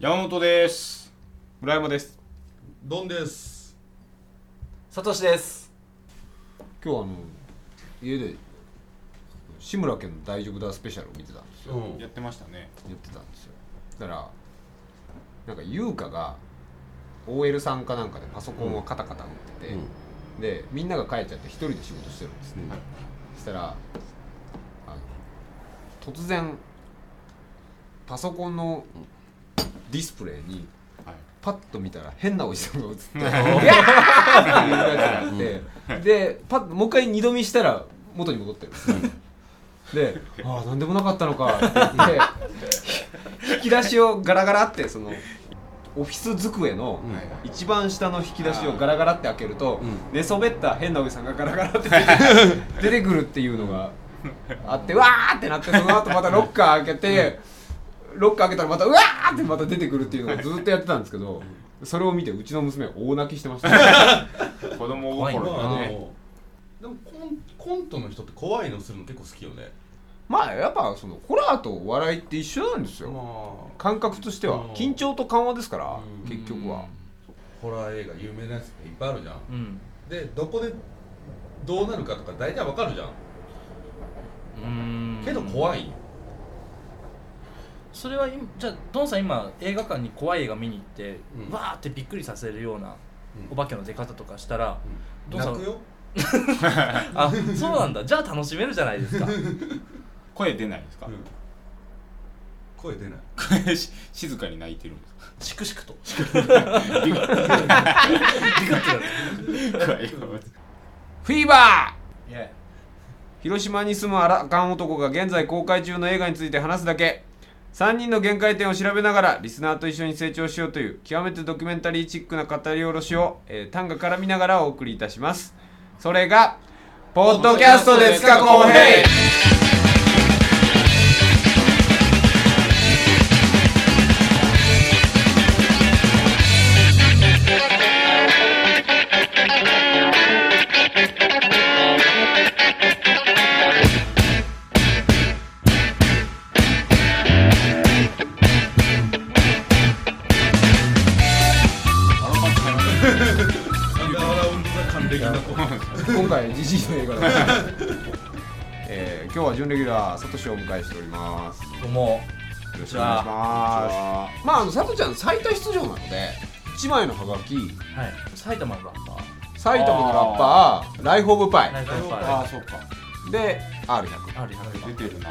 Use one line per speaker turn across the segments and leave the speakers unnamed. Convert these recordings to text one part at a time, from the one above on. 山本です
村山です
ドンです
さとしです
今日あの家で志村けんの大丈夫だスペシャルを見てたんですよ
うん
やってましたね
やってたんですよだからなんか優香が OL さんかなんかでパソコンをカタカタ打ってて、でみんなが帰っちゃって一人で仕事してるんですね、
はい
そしたらあの突然パソコンのディスプレイに
はい
パッと見たら変なおじさんが映って「いやー!」っていうやつがあってでパッともう一回二度見したら元に戻ってるで「ああ何でもなかったのか」って言って引き出しをガラガラってそのオフィス机の
うん
はいはい
一番下の引き出しをガラガラって開けると
うん
寝そべった変なおじさんがガラガラって出てくる出てくるっていうのがあってわーってなってその後またロッカー開けてロッカー開けたらまたうわーってまた出てくるっていうのをずっとやってたんですけどそれを見てうちの娘は大泣きしてました
子供
怖い
ま
心
あ
が
あ
ね
のでもコンコントの人って怖いのするの結構好きよね
まあやっぱそのホラーとお笑いって一緒なんです
まあ
よ感覚としては
うん
緊張と緩和ですから
うん
結局は
ホラー映画有名なやつっていっぱいあるじゃん
うん
でどこでどうなるかとか大体わかるじゃん
うん
けど怖いよ
それは今じゃあドンさん今映画館に怖い映画見に行って、
うん
わーってびっくりさせるような
う
お
ん
化けの出方とかしたら、
う
ど
ん
うした
泣
の
くよ
あそうなんだじゃあ楽しめるじゃないですか
声出ないですか、
うん声出ない
声し静かに泣いてるんですか
しくしくと
ビクッ
ビクッてなる
声が
フィーバー広島に住むアラカン男が現在公開中の映画について話すだけ3人の限界点を調べながらリスナーと一緒に成長しようという極めてドキュメンタリーチックな語り下ろしを、えー、単が絡みながらお送りいたしますそれが「ポッドキャストですか公平」
アンダーラウンドが還暦な子
今回じじいの映画です、 えー、今日は準レギュラーサトシをお迎えしておりますよ
どうも
ろしくお願いしますまああのサトちゃん最多出場なので1枚のハガキ
はい埼玉のラッパー
埼玉のラッパーライフ・オブ・パイ
ライフパ
あ
ー
あそうか
で R100
ある100
出てるな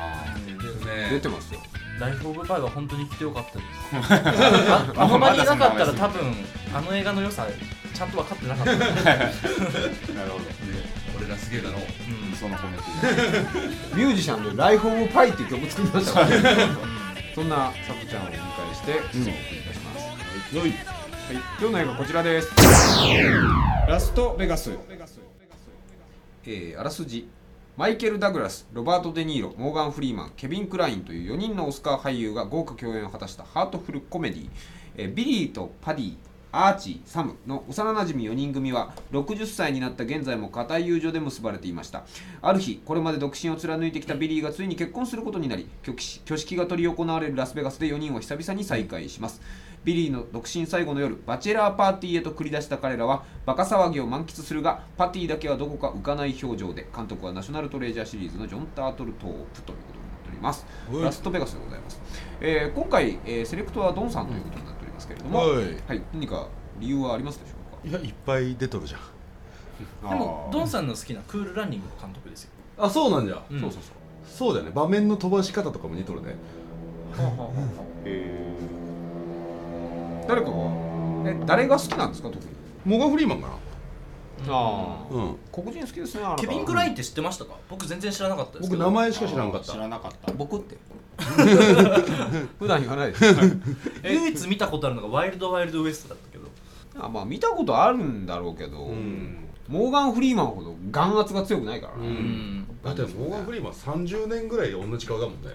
出
ね
てますよ
ライフ・オブ・パイは本当に来てよかったですああの場にいなかったら多分あの映画の良さちゃんと分かってなかった、
なるほど
俺らすげえだろ
うん
その褒めてる
ミュージシャンで「ライフ・オブ・パイ」っていう曲作りましたからねそんなさとちゃんをお迎えしてお送りいたします、
よ い
はい、今日の映画こちらですラストベガスえーあらすじマイケル・ダグラスロバート・デ・ニーロモーガン・フリーマンケビン・クラインという4人のオスカー俳優が豪華共演を果たしたハートフルコメディ、えービリーとパディアーチサムの幼なじみ4人組は60歳になった現在も固い友情で結ばれていましたある日これまで独身を貫いてきたビリーがついに結婚することになり挙式挙式が執り行われるラスベガスで4人は久々に再会しますビリーの独身最後の夜バチェラーパーティーへと繰り出した彼らはバカ騒ぎを満喫するがパティだけはどこか浮かない表情で監督はナショナルトレジャーシリーズのジョン・タートルトープということになっております
はい
ラストベガスでございます、えー今回、えーセレクトはドンさんということになっておりますけれども、
はい
はい、何か理由はありますでしょうか
いやいっぱい出とるじゃん
でも
あー
ドンさんの好きなクールランニングの監督ですよ、
あそうなんじゃ
うん
そうそうそ
そ
う
うだよね場面の飛ばし方とかも似とるね
え
誰かはえ誰が好きなんですか特に
モーガン・フリーマンかな
ああ
うん
黒人好きですねあなた
ケビン・グラインって知ってましたか僕全然知らなかったですけ
僕
ど
名前
ー
しか知らんかっ
知
た
らなかった
僕って普段言わないです
唯一見たことあるのがワイルド・ワイルド・ウエストだったけど
あまあ見たことあるんだろうけど、
うん
モーガン・フリーマンほど眼圧が強くないから
う
ね、
んだってモーガン・フリーマン30年ぐらい同じ顔だもんね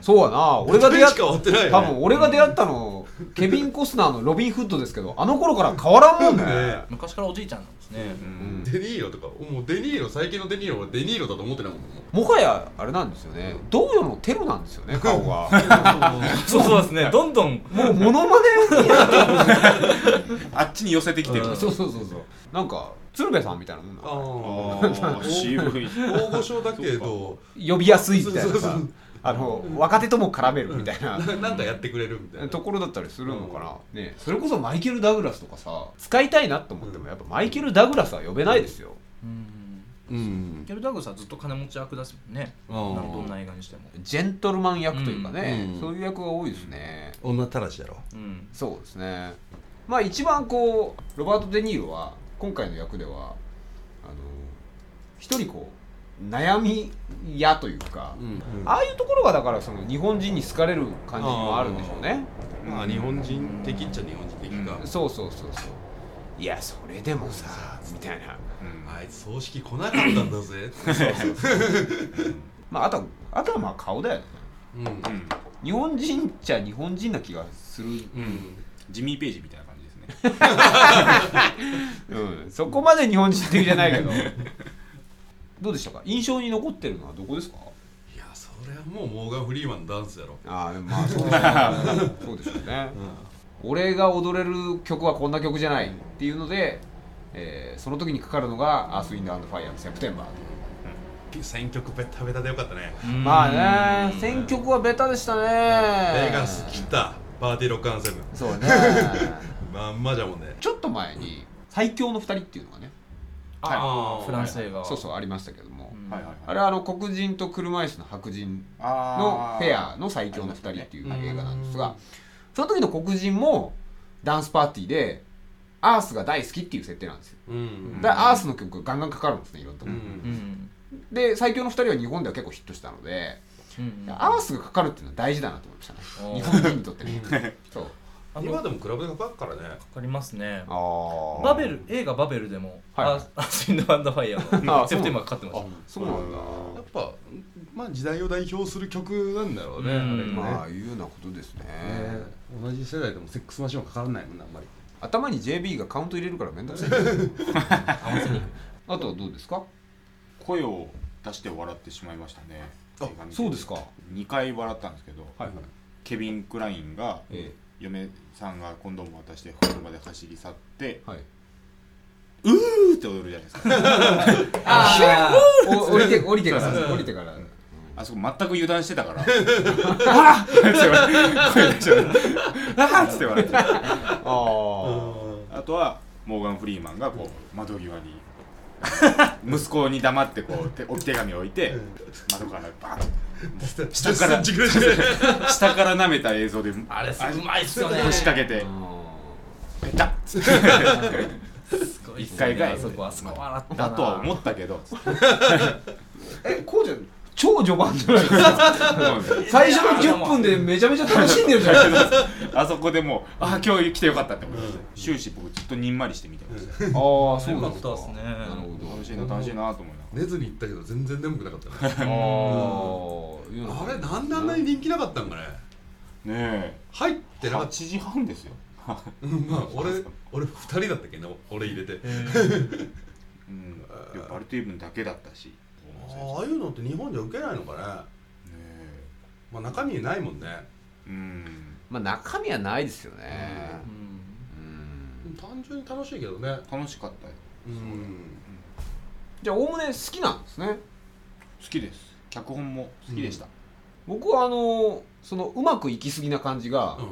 そうやな俺が出会っ
変わってない
多分俺が出会ったのケビン・コスナーのロビン・フッドですけどあの頃から変わらんもんね
ね
昔からおじいちゃんなんですね
ねうん
デニーロとかもうデニーロ最近のデニーロはデニーロだと思ってないもんもう
もはやあれなんですよね同様のテロなんですよね顔が
そうそうです ねどんどん
もうモノマ
あっちに寄せてきてる
う
ネ
ん
そうそうそうそうなんか鶴瓶さんみたいなもんな
あ
ああ渋い
あ大御所だけど
呼びやすいみたい
そ
な
うそうそ
さ
う
あの若手とも絡めるみたいな
ななんかやってくれるみたいな
ところだったりするのかな、ねそれこそマイケル・ダグラスとかさ使いたいなと思ってもやっぱマイケル・ダグラスは呼べないですよ、
うん
うん
ケルダグラスはずっと金持ち役だしね
あ
な
ー
どんな映画にしても
ジェントルマン役というかね、
うん
そういう役が多いですね
女たらしやろ
うん
そうですねまあ一番こうロバート・デ・ニーロは今回の役ではあの一人こう悩み屋というか、
うん
ああいうところがだからその日本人に好かれる感じもあるんでしょうね
まあ日本人的っちゃ日本人的か
そうそうそうそういやそれでもさみたいな
あいつ葬式来なかったんだぜ
まあ、あとはあとはまあ顔だよね
うんうん
うん
日本人っちゃ日本人な気がする、
うん
ジミー・ページみたいな感じですね
うん、そこまで日本人的じゃないけどどうでしたか印象に残ってるのはどこですか
いやそれはもうモーガン・フリーマンのダンスやろ
ああまあそうでしょうね そうでしょうね俺が踊れる曲はこんな曲じゃないっていうので、えーその時にかかるのが「アースウィンドアンドファイアのセプテンバー
選曲ベタベタでよかったね
まあね選曲はベタでしたね
映画好きだパーティーロックアンセム
そうね
まんまじゃもんね
ちょっと前に「最強の二人」っていうのがね
あフランス映画
そうそうありましたけども、
うん
はいはい
あれはあの黒人と車椅子の白人の
あー
ペアの最強の2人っていう
ありま
映
したね
画なんですがその時の黒人もダンスパーティーでアースが大好きっていう設定なんですよ
うん
だからアースの曲がガンガンかかるんですねいろんなとこ、
うんん
で最強の2人は日本では結構ヒットしたので、
うん
アースがかかるっていうのは大事だなと思いましたね
おー
日本人にとってねそう
あの
今
わ
でもクラブでかかっからね
かりますね
あ
バベル映画バベルでも
はい
アースアースウィンドアンドファイヤー
あ
の
ー
セプテンバーかかってまし
あそうなんだ
やっぱまあ時代を代表する曲なんだろうね
うん
あれね
まあいうようなことですね、
ね同じ世代でもセックスマシンはかからないもんなあんまり
頭に JB がカウント入れるから面倒くさい
た合わせに
あとはどうですか
声を出して笑ってしまいましたね
あそうですか
2回笑ったんですけど、
はいはい
ケビン・クラインが
え
嫁さんがコンドームを渡して車で走り去って
はい
ふーって踊るじゃないです か
ああ お降りて降りてから
そうそう
降りてから
あそこ全く油断してた から
あっつって笑ってああ
あ
あとはモーガン・フリーマンがこう窓際に息子に黙ってこう手置き手紙を置いて窓からバーンと下から
センチぐらいしてる
下から舐めた映像で
あれすうまいっすよね
腰掛けてペタッつって
すごいっ
一
すね
回が
あそこあそこ笑った
だ
な
とは思った けど
えこうじゃ超序盤じゃないですか最初の10分でめちゃめちゃ楽しんでるじゃないですか
あそこでもうああ今日来てよかったって思いました終始僕ずっとにんまりして見てました
ああそ
よかったっすね
なるほ
楽しいな楽しいなと思いなが
寝ずに行ったけど全然眠くなかったね
どああいうの
あれなんであんなに人気なかったんかね
らねえ
入ってなかっ
8
た
時半ですよ
うんまあ俺俺2人だったっけど俺入れて
うんでもバルトイブンだけだったし
ああいうのって日本じゃ受けないのかね
ね
まあ中身ないもんね
えうん
まあ中身はないですよね
うん
うん
単純に楽しいけどね
楽しかったよ
うん
じゃあおおむね好きなんですね
好きです脚本も好きでした、
僕はあのそのうまくいきすぎな感じが、
う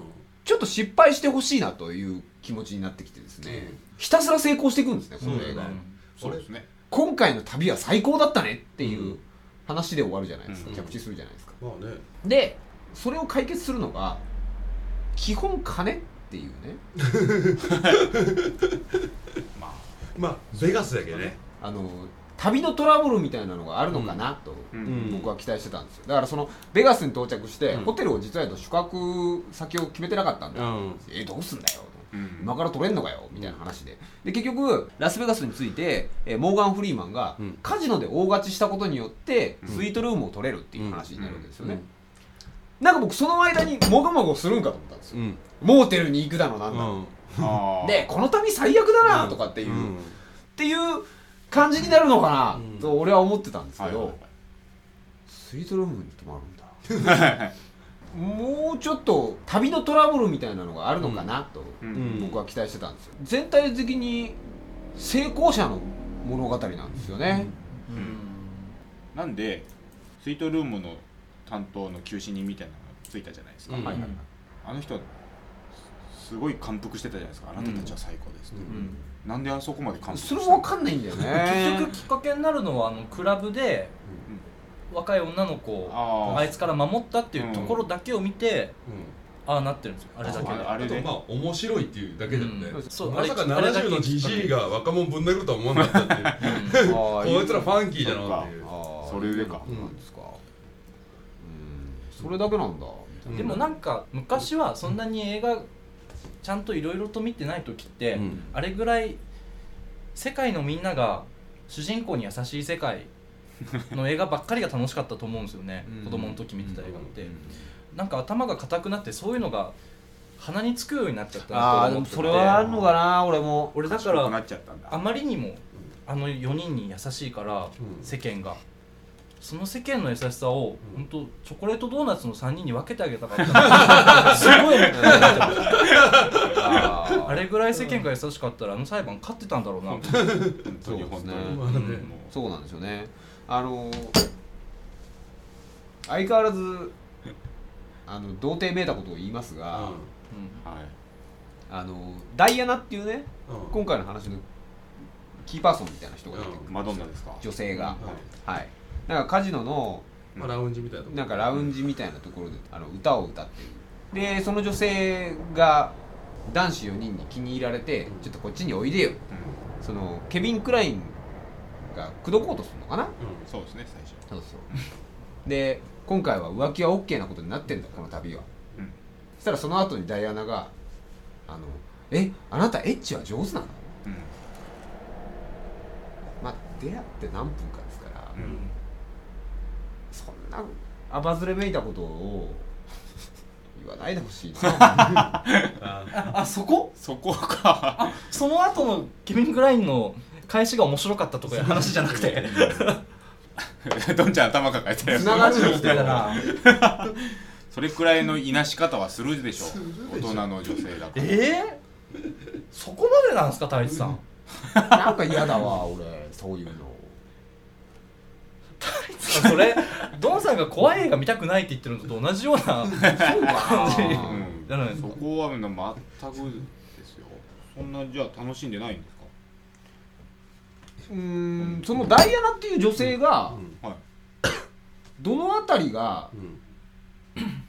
ちょっと失敗してほしいなという気持ちになってきてですね、
うん
ひたすら成功していくんですねこの
そ
映
うだ
画、
よね
そうですね
今回の旅は最高だったねっていう話で終わるじゃないですか、
うん
着地するじゃないですか
んまあね
でそれを解決するのが基本金っていうね
まあ
まあベガスやけどね
あの旅のトラブルみたいなのがあるのかなと、
うん
うん
僕は期待してたんですよだからそのベガスに到着して、
うん
ホテルを実は言うと宿泊先を決めてなかったんだよ、
ん
えどうすんだよと
うん
今から取れんのかよみたいな話でで結局ラスベガスについて、えーモーガン・フリーマンが
うん
カジノで大勝ちしたことによって、
うん
スイートルームを取れるっていう話になるわけですよね、なんか僕その間にもごもごするんかと思ったんですよ、
うん
モーテルに行くだのなんだの、
うん
あー
でこの旅最悪だなとかっていう、っていう感じになるのかな、
うん
と俺は思ってたんですけ
はい
ど、
はいはい
スイートルームに泊まるんだもうちょっと旅のトラブルみたいなのがあるのかなと
う
うん
ん
僕は期待してたんですよ全体的に成功者の物語なんですよね、
なんでスイートルームの担当の求心人みたいなのがついたじゃないですか、
うんはいはい
はい
あの人はすごい感服してたじゃないですかあなたたちは最高です、
うん
なんであそこまで感服し
そ
た
れ
の
も分かんないんだよね
結局きっかけになるのはあのクラブで若い女の子を
あー
あいつから守ったっていうところだけを見てああなってるんですよあれだけ
あ
あ
あれ
れ
で
でまあ面白いっていうだけだよね
うんそう
まさか
あれあれだけ
70のじじいが若者ぶん殴るとは思わなかったっていう
で
あー
こいつらファンキーだなっていう
あー
それでか
そうなんですかうんそれだけなんだみたいな
でもなんか昔はそんなに映画ちゃんといろいろと見てない時って、
うん
あれぐらい世界のみんなが主人公に優しい世界の映画ばっかりが楽しかったと思うんですよね、
うん
子供の時見てた映画って、
うん
なんか頭が硬くなってそういうのが鼻につくようになっちゃった
ああ
なと
で
思
も
ってて
それはあるのかな俺も
俺だか
賢くな
ら
っちゃったんだ
あまりにもあの4人に優しいから、
うん
世間がその世間の優しさを、
うん
本当チョコレートドーナツの3人に分けてあげたかった すごい思ってた
あー
あれぐらい世間が優しかったらあの裁判勝ってたんだろうな
本 本当に
そうです
本当
ね
に、
まあね
うん
もう
そうなんですよねあのー相変わらずあの童貞めいたことを言いますが、
はい
あのダイアナっていうね
うんうん
今回の話のキーパーソンみたいな人が出てくる、
うん
マドンナですか
女性が、
うん
はいなんかカジノの
まあラウンジみたいなとこ
なんかラウンジみたいなところであの歌を歌ってるでその女性が男子4人に気に入られてちょっとこっちにおいでよ
う
そのケビン・クラインが口説こうとするのかな
うんそうですね最初
そうそうで今回は浮気は OK なことになってんだこの旅は
うん
そしたらその後にダイアナが「あのえあなたエッチは上手なの?
うん」
まあ出会って何分かですから、
うん
そんなあばずれめいたことを言わないでほしい な
あ
ああそこ
そこか
その後のケビン・グラインの返しが面白かったとかいう話じゃなくて
どんちゃん頭抱えてる
つながるよ
みたいだな
それくらいのいなし方はするでしょ
する
大
でしょ
人の女性だから
えーそこまでなんですか太一さん
なんか嫌だわ俺そういう の
太一さんそれドンさんが怖い映画見たくないって言ってるのと同じような
そうかな
うん
じゃないですか
そこはな全くですよそんなじゃあ楽しんでないんです
うーんそのダイアナっていう女性が
うん
かはい
どのあたりが
うん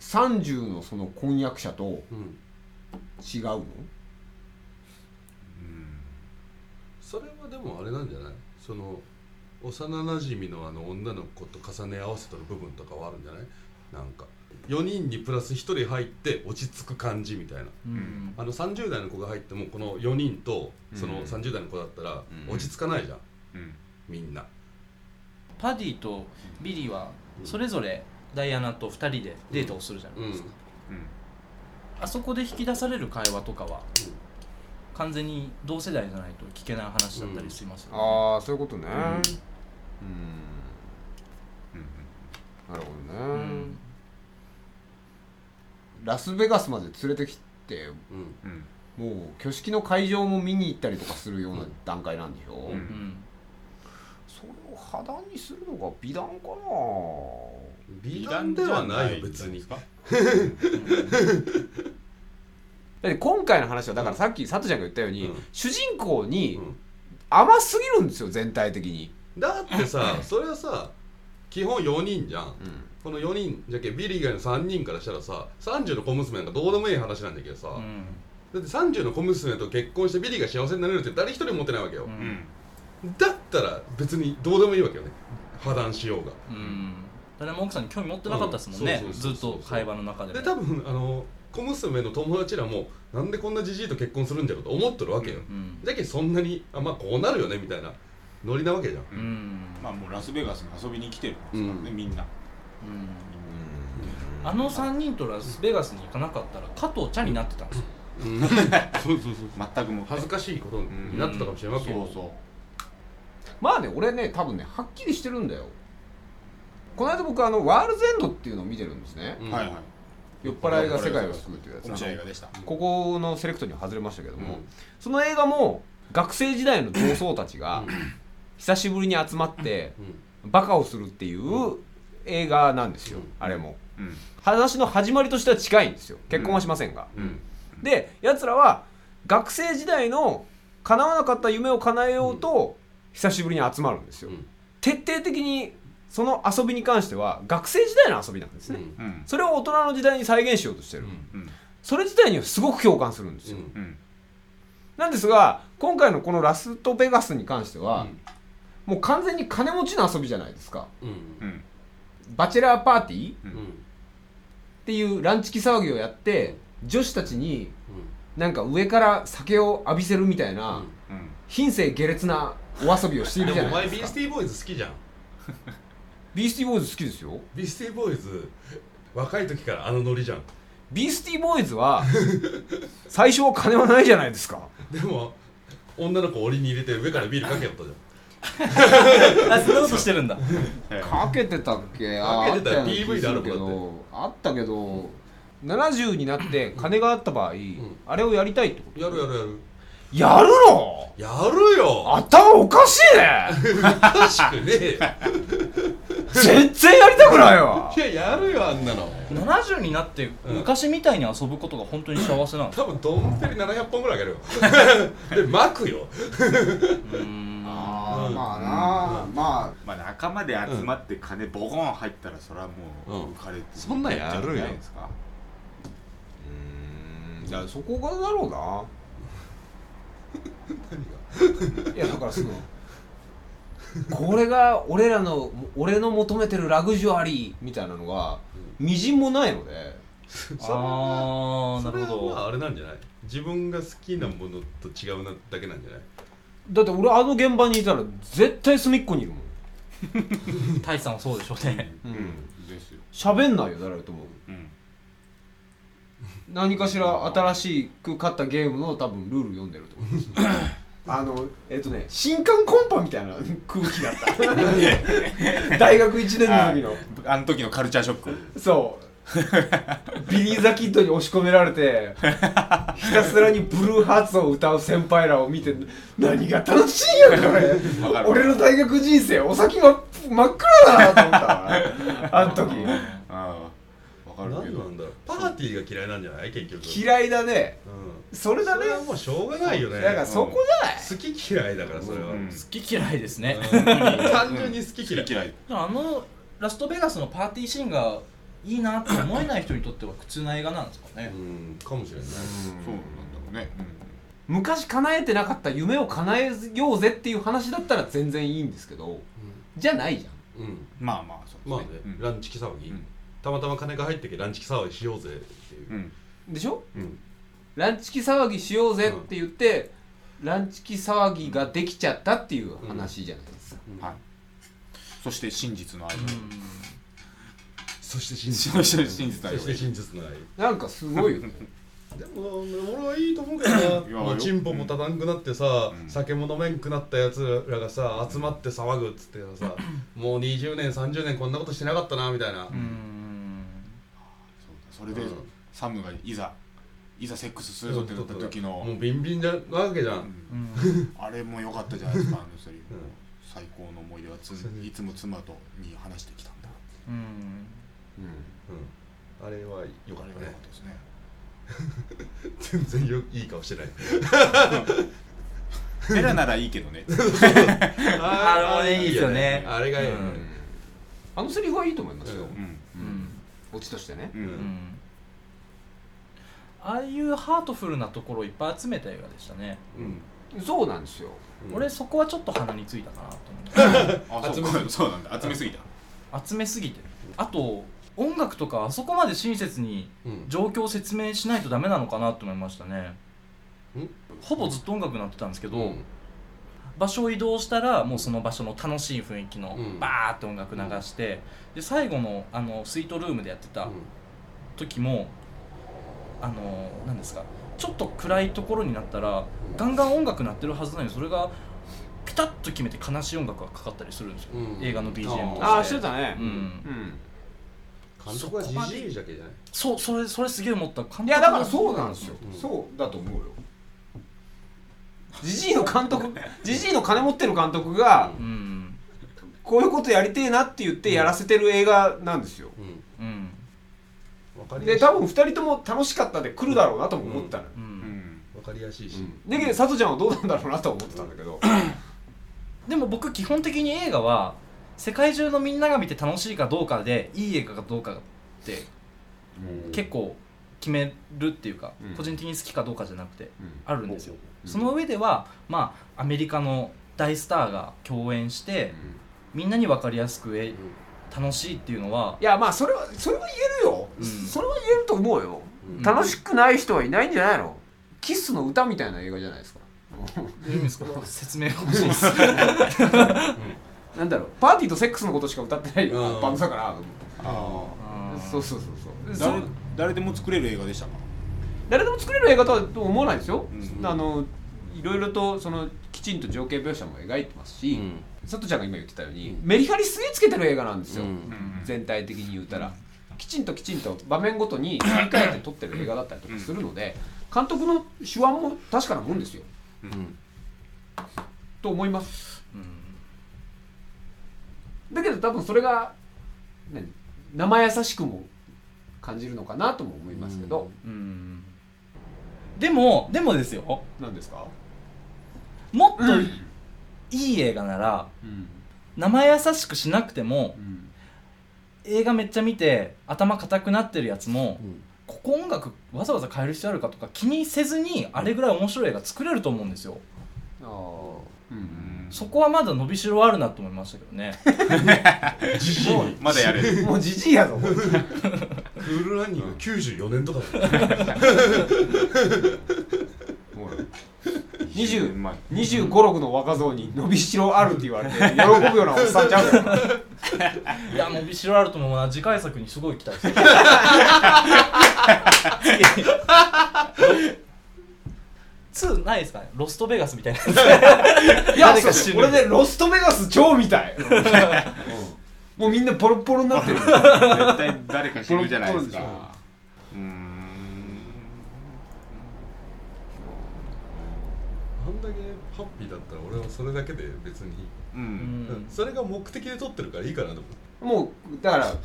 30のその婚約者と
うん
違うの
うん
それはでもあれなんじゃないその幼なじみのあの女の子と重ね合わせた部分とかはあるんじゃないなんか4人にプラス1人入って落ち着く感じみたいな
うん
あの30代の子が入ってもこの4人とそ
うん
の30代の子だったら
うん
落ち着かないじゃん
うん
みんな
パディとビリーはそれぞれダイアナと2人でデートをするじゃない
うん
ですか、
うん
あそこで引き出される会話とかは完全に同世代じゃないと聞けない話だったりしますよね、
ああそういうことねう
う
ん
ん
なるほどね、
うん
ラスベガスまで連れてきて
うん
うん
もう挙式の会場も見に行ったりとかするような段階なんでしょ、
うん
うん
それを肌にするのが美談かな
美談ではないよ別に
美談
だって今回の話はだからさっき佐藤ちゃんが言ったように、
うん
主人公に
うん
甘すぎるんですよ全体的に、
だってさそれはさ基本4人じゃんこの4人じゃけビリー以外の3人からしたらさ30の小娘なんかどうでもいい話なんだけどさ、
うん
だって30の小娘と結婚してビリーが幸せになれるって誰一人持ってないわけよ
う、
うんん
だったら別にどうでもいいわけよね破談しようが
うん誰も奥さんに興味持ってなかったですもんね
うん
ず
そう
っ
そうそうそう
と会話の中で
で
も
多分あの小娘の友達らもなんでこんなじじいと結婚するんじゃろうと思っとるわけよ、
うん
じゃけそんなにあまあこうなるよねみたいなノリなわけじゃん
うん
まあもうラスベガスに遊びに来てるんですからね
うん
みんな
うん
うん
あの3人とラスベガスに行かなかったら加藤茶になってたんですよ
うん そうそうそう
全くもう
恥ずかしいことになってたかもしれません
そ
よ
うそう
まあね俺ね多分ねはっきりしてるんだよこの間僕あのワールズエンドっていうのを見てるんですね、
うん
はいはい
酔っ払いが世界を救うというやつ
面白い映画でした
ここのセレクトには外れましたけども、
うん
その映画も学生時代の同窓たちが久しぶりに集まってバカをするっていう映画なんですよ、
うん
あれも
うん
話の始まりとしては近いんですよ結婚はしませんが、
うん
でやつらは学生時代の叶わなかった夢を叶えようと久しぶりに集まるんです
う
よ、
ん
徹底的にその遊びに関しては学生時代の遊びなんです
う
ね、
ん
うん
それを大人の時代に再現しようとしてる、
うん
それ自体にはすごく共感するんですよ、
うん
なんですが今回のこのラストベガスに関しては、もう完全に金持ちの遊びじゃないですか
うん
うん
バチェラーパーティーっ
うんうん
ていうランチキ騒ぎをやって女子たちになんか上から酒を浴びせるみたいな、
うん
品性下劣なお遊びをしてい
うん
るじ
で
ゃ
も
な
お前
い
ビ
で
ー
す
ス
か
ティーボーイズ好きじゃん
ビースティーボーイズ好きですよ
ビースティーボーイズ若い時からあのノリじゃん
ビースティーボーイズは最初は金はないじゃないですか
でも女の子を檻に入れて上からビールかけよったじゃん
あそんなことしてるん だ
はい
かけてたっけあ
かけてたよ
あったような気
PV であるもん
す
だ
る
って
あったけど70になって金があった場合、
ん
あれをやりたいってこと
やるやるやる
やるの
やるよ
頭おかしい ね
確かにねえよ
全然やりたくないわ
いややるよあんなの
70になって昔みたいに遊ぶことが本当に幸 せなんです
多分ドンペリ700本ぐらいあげ るよで巻くよ
あ
ー
まあ
な
あま
まあ仲間で集まって金ボコン入ったらそれはもう
うん
浮かれて
そんなんやるよ
じゃないですか
あいやそこがだろう な
何が
いやだからそのこれが俺らの俺の求めてるラグジュアリーみたいなのがみじんもないので
れは
あーな
それ
る
は
ほど
まああれなんじゃない自分が好きなものと違うなだけなんじゃない
だって俺あの現場にいたら絶対隅っこにいるもん
タイさんはそうでしょうね
う
うん
んですよ
喋んないよ誰とも
うん
何かしら新しく買ったゲームの多分ルール読んでると思います あのえっとね新刊コンパみたいな空気だった 大学1年の時
あの時のカルチャーショック
のそうビリー・ザ・キッドに押し込められてひたすらにブルーハーツを歌う先輩らを見て何が楽しいんやこれ
わかる
俺の大学人生お先が真っ暗だなと思ったわあの時
ああわかるけ
何な
ど
んだろうパーティーが嫌いなんじゃない結局い、
嫌いだね
うん、
それだ
そ
ね
れはもうしょうがないよね
だからそこじゃない、
好き嫌いだからそれは、
うん
好き嫌いですね
単純に好き嫌い,、
嫌い
あのラストベガスのパーティーシーンがいいなって思えない人にとっては苦痛な映画なんですかね
うんかもしれない、
そうなんだろうね
昔叶えてなかった夢を叶えようぜっていう話だったら全然いいんですけどじゃないじゃん
うんうん、
うんまあまあそうです
まあね、
うん
ランチキ騒ぎ、
うん
たまたま金が入ってきてランチキ騒ぎしようぜっていう
う、ん
でしょ
うん
ランチキ騒ぎしようぜって言って、ランチキ騒ぎができちゃったっていう話じゃないですか、
はいそして真実の愛
そして真実
そして真実の愛
そして真実の愛
なんかすごいよね
でも俺はいいと思うけ
い
ど
や
なもうチンポも立たんくなってさ、
うん
酒も飲めんくなったやつらがさ集まって騒ぐっつって さもう20年30年こんなことしてなかったなみたいな、
うーん
そうだそれで
うん
サムがいざいざセックスするぞってなった時の
もうビンビンじゃなわけじゃん、
うん
うん
あれも良かったじゃないですかあの二人
うん
最高の思い出はつ
それで
いつも妻とに話してきたんだ
うん
うんあれは良か
あ
っ
れは良
たね
かったですね
全然よいい顔してない
ベラならいいけどね
あれもねいいですよね
あれがいいよね、
うん
あのセリフはいいと思いますよ、
うん
うん
オチとしてね
う
うんんああいうハートフルなところをいっぱい集めた映画でしたね、
うん
そうなんですよ
うん
俺そこはちょっと鼻についたかなと思っ
あそ
集
う
め
か そうなんだ集めすぎた
て 集めすぎてあと音楽とかあそこまで親切に
うん
状況を説明しないとダメなのかなと思いましたね
ん
ほぼずっと音楽なってたんですけど、
うん
場所を移動したらもうその場所の楽しい雰囲気の
うん
バーって音楽流して、で最後のあのスイートルームでやってた時もあの何ですかちょっと暗いところになったらガンガン音楽鳴ってるはずなのにそれがピタッと決めて悲しい音楽がかかったりするんですよ、
うん
映画の BGM として
ああしてたね
うん
うん
監督は
そ
じ
こまで
じいじゃけじゃない
そうそれそれすげえ思った監督
いやだからそうなんですよ、
うん
そうだと思うよじじいの監督 じじいの金持ってる監督が
うん
こういうことやりてえなって言ってやらせてる映画なんですよ
うん
うん
わかりや
です
い
多分2人とも楽しかったで来るだろうなとも思ったのよ、
う
う
んん
わかりやすいし、
だけど佐藤ちゃんはどうなんだろうなとは思ってたんだけど、
でも僕基本的に映画は世界中のみんなが見て楽しいかどうかでいい映画かどうかって結構決めるっていうか、
うん
個人的に好きかどうかじゃなくて
うん
あるんですよ、
うん
その上ではまあアメリカの大スターが共演してみんなに分かりやすくえ楽しいっていうのはい
やまあそれはそれは言えるよ、
うん
それは言えると思うよ、
うん
楽しくない人はいないんじゃないのキスの歌みたいな映画じゃないですか
説明が欲しいです
なんだろうパーティーとセックスのことしか歌ってない
うん
バンドだから、
あ
そうそうそうそう
あ
そ
誰
う
誰でも作れる映画でしたか
誰でも作れる映画とは思わないですよ、
うん
あのいろいろとそのきちんと情景描写も描いてますし、
うん
佐藤ちゃんが今言ってたように、メリハリすげえつけてる映画なんですよ、
うん
全体的に言うたら、きちんときちんと場面ごとに切り替えて撮ってる映画だったりとかするので、監督の手腕も確かなもんですよ
うん
と思います
うん
だけど多分それが、ね、生優しくも感じるのかなとも思いますけど、
うんでもでもですよ
なんですか、
もっといい映画なら
うん
生優しくしなくても
うん
映画めっちゃ見て頭固くなってるやつも
うん
ここ音楽わざわざ変える必要あるかとか気にせずにあれぐらい面白い映画作れると思うんですよ
あーうん
そこはまだ伸びしろあるなと思いましたけどね
まだや れる
もうじじいやぞ
クールランニング94年とかだよ
20
まあ
2 5六の若造に伸びしろあるって言われて喜ぶようなおっさんちゃうから
いや伸びしろあると思うな次回作にすごい期待してる次2ないですかねロストベガスみたいな
いや
誰か
そ
死
う
ぬ
俺ねロストベガス超みたい もうみんなポロポロになってる
絶対誰か知るじゃないです
ポロ
かうーん
あんだけハッピーだったら俺はそれだけで別に、
う
うんん
それが目的で撮ってるからいいかなと思って
ポロもうだからい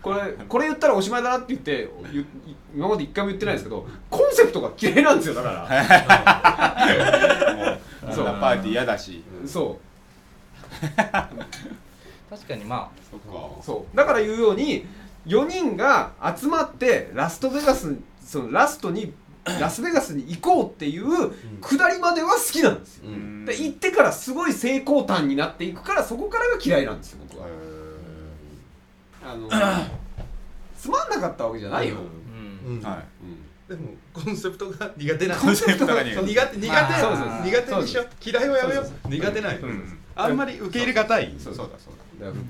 これこれ言ったらおしまいだなって言って言今まで一回も言ってないですけどコンセプトが嫌いなんですよだから
もうそんなパーティー嫌だし
そう
確かにま
そっか
そうだから言うように4人が集まってラストベガスそのラストにラスベガスに行こうっていう下りまでは好きなんですよ、
う
う、ん
で行ってからすごい成功端になっていくからそこからが嫌いなんですよ僕は
へ
あのつまんなかったわけじゃないよ、
あうん
うん
ーはい
でもコンセプトが苦手な
コンセプトが苦手
そう苦手苦手、
まあそうそうそう
苦手にしよう嫌いはやめよう
そう
苦手ない、
うん
あんまり受け入れがたい
そう
そうだそうだ
だから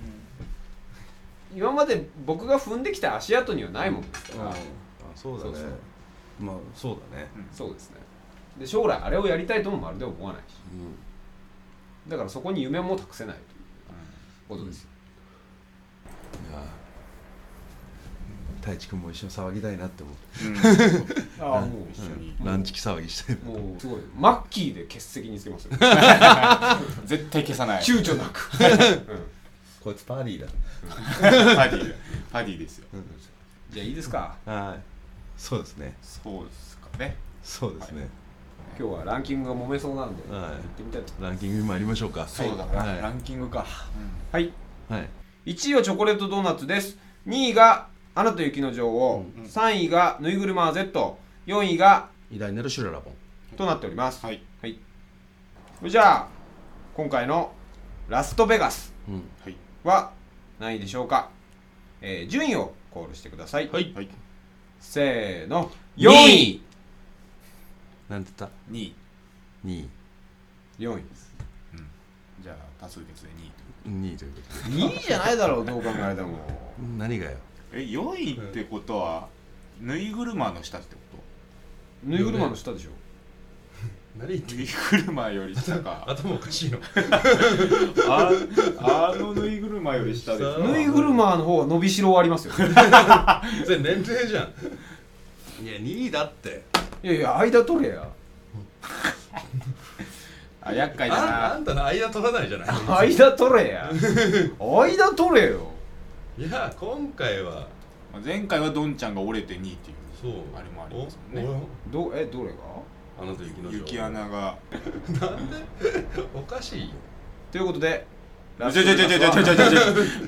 今まで僕が踏んできた足跡にはないもんですから、
そうだね
そうそう
まあそうだね
そうですねで将来あれをやりたいともまるで思わないしだからそこに夢も託せないということですよ、
いや太一君も一緒に騒ぎたいなって思って
ああもう
一緒に
ランチキ騒ぎしてる
もうすごいマッキーで欠席につけますよ
絶対消さない
躊躇なく、
こいつパーリーだ
パーティーだパーティーですよ
じゃあいいですか
はいそうですね
そうですかね
そうですね
今日はランキングが揉めそうなんで、
はい
行ってみたいと
ランキングに参りましょうか
そうだ
は
ないランキングか
はい
はい
1位はチョコレートドーナツです2位が「アナと雪の女王」3位が「ぬいぐるまは Z」4位が
偉大なるシュララボン
「となっております
はい
はい、じゃあ今回の「ラストベガス
うん
はい」
は何位でしょうか、えー順位をコールしてください、
はい
せーの
4
4
位
位
なんて言った
2位
2位
4位
じゃあ多数決で2位
2位というこ
2位じゃないだろうどう考えても
と何がよ
え4位ってことは、ぬいぐるまの下ってこ
ぬいぐるまの下でしょ
何言っ
と
て
ぬいぐるまより下か
頭おかしいの
ああのぬいぐるまより下です
うん
ぬいぐるまの方は伸びしろはありますよ
それ年齢じゃんいや2位だって
いやいや間取れや
あ厄介だ
ああ
なん
たの間取らないじゃない
間取 れや間取れよ
いや今回は
前回はどんちゃんが折れて2位っていう
そう
あれもありますもん
お
ね
どえどれが
おあなた雪の女王
雪穴が
なんでおかしいよ
ということで
ちょちょちょちょちょちょちょちょ待て待て待て待て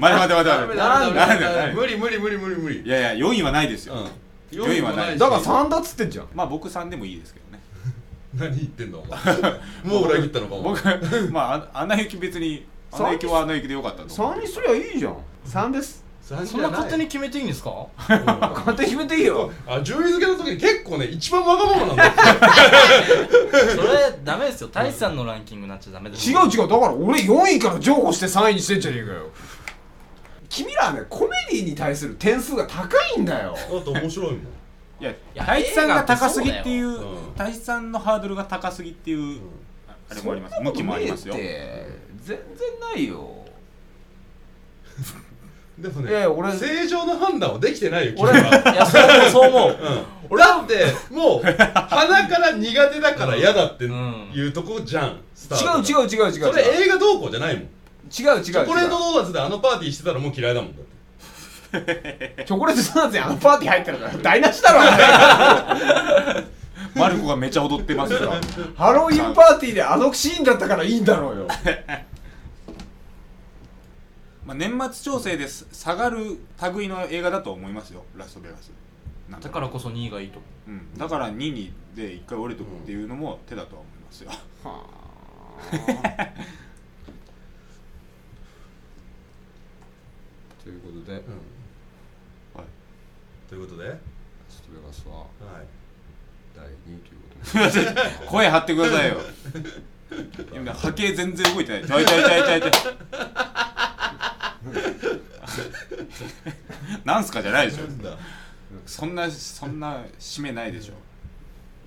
ダメ
な
ダ
ん
メダメ
だ
ダメ無理無理無理無理無理
いやいや4位はないですよ、
うん
4位はない
四し
だから3だっつってんじゃん
まあ僕3でもいいですけどね
何言ってんのお前もう裏切ったのかお前
僕まあ あ穴行き別に穴行きは穴行きでよかったと思う
3にすりゃいいじゃん3です
三
そ
じ
ん
ゃ
ない勝手に決めていいんですか
うん
勝手に決めていいよ
あ順位付けの時に結構ね一番わがままなんだよ
それダメですよ大志さんのランキングになっちゃダメです
違う違うだから俺4位から譲歩して3位にしてんじゃねえかよ君らはねコメディに対する点数が高いんだよ
だって面白いもん
いや
や
太一さんが高すぎってい
映画ってそうだ
う
よう
ん太一さんのハードルが高すぎっていうああれもあります向きもありますよ
そんなことねえって全然ないよ
でも
いやい
ね
や俺
正常な判断はできてないよ君
俺い
は
やそう思うそう思う
俺だってもう鼻から苦手だから嫌だって
うん
いうとこじゃんスター
違
ト
う違う違う違う違う
それ映画どうこうじゃないもん
違う違う違う
チョコレートドーナツであのパーティーしてたらもう嫌いだもんだって
チョコレートドーナツにあのパーティー入ってるから台無しだろあ
マルコがめちゃ踊ってます から
れハロウィンパーティーであのシーンだったからいいんだろうよ
まあ年末調整です下がる類の映画だと思いますよラストベガスなん
だからこそ2位がいいと
うん、だから2にで1回折れとくっていうのも手だとは思いますよ、
はあ ということで、ラ
はい
ということではい
ストベガスは第2位ということで
声張ってくださいよ今波形全然動いてないちょいちょいちょいちょいちょいなんすかじゃないでしょ
なんだ
そんなそんな締めないでしょ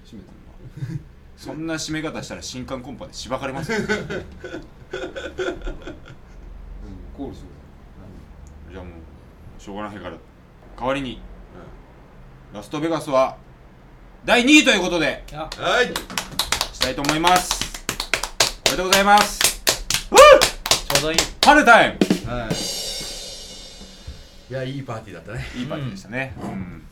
締めてんのそんな締め方したら新刊コンパでしばかれますよ
うんコールする
じゃあもうしょうがないから代わりに、ラストベガスは第2位ということで
はい
したいと思いますおめでとうございます
ちょうどいい
春タイム
はいいやいいパーティーだったね
いいパーティーでしたね、うん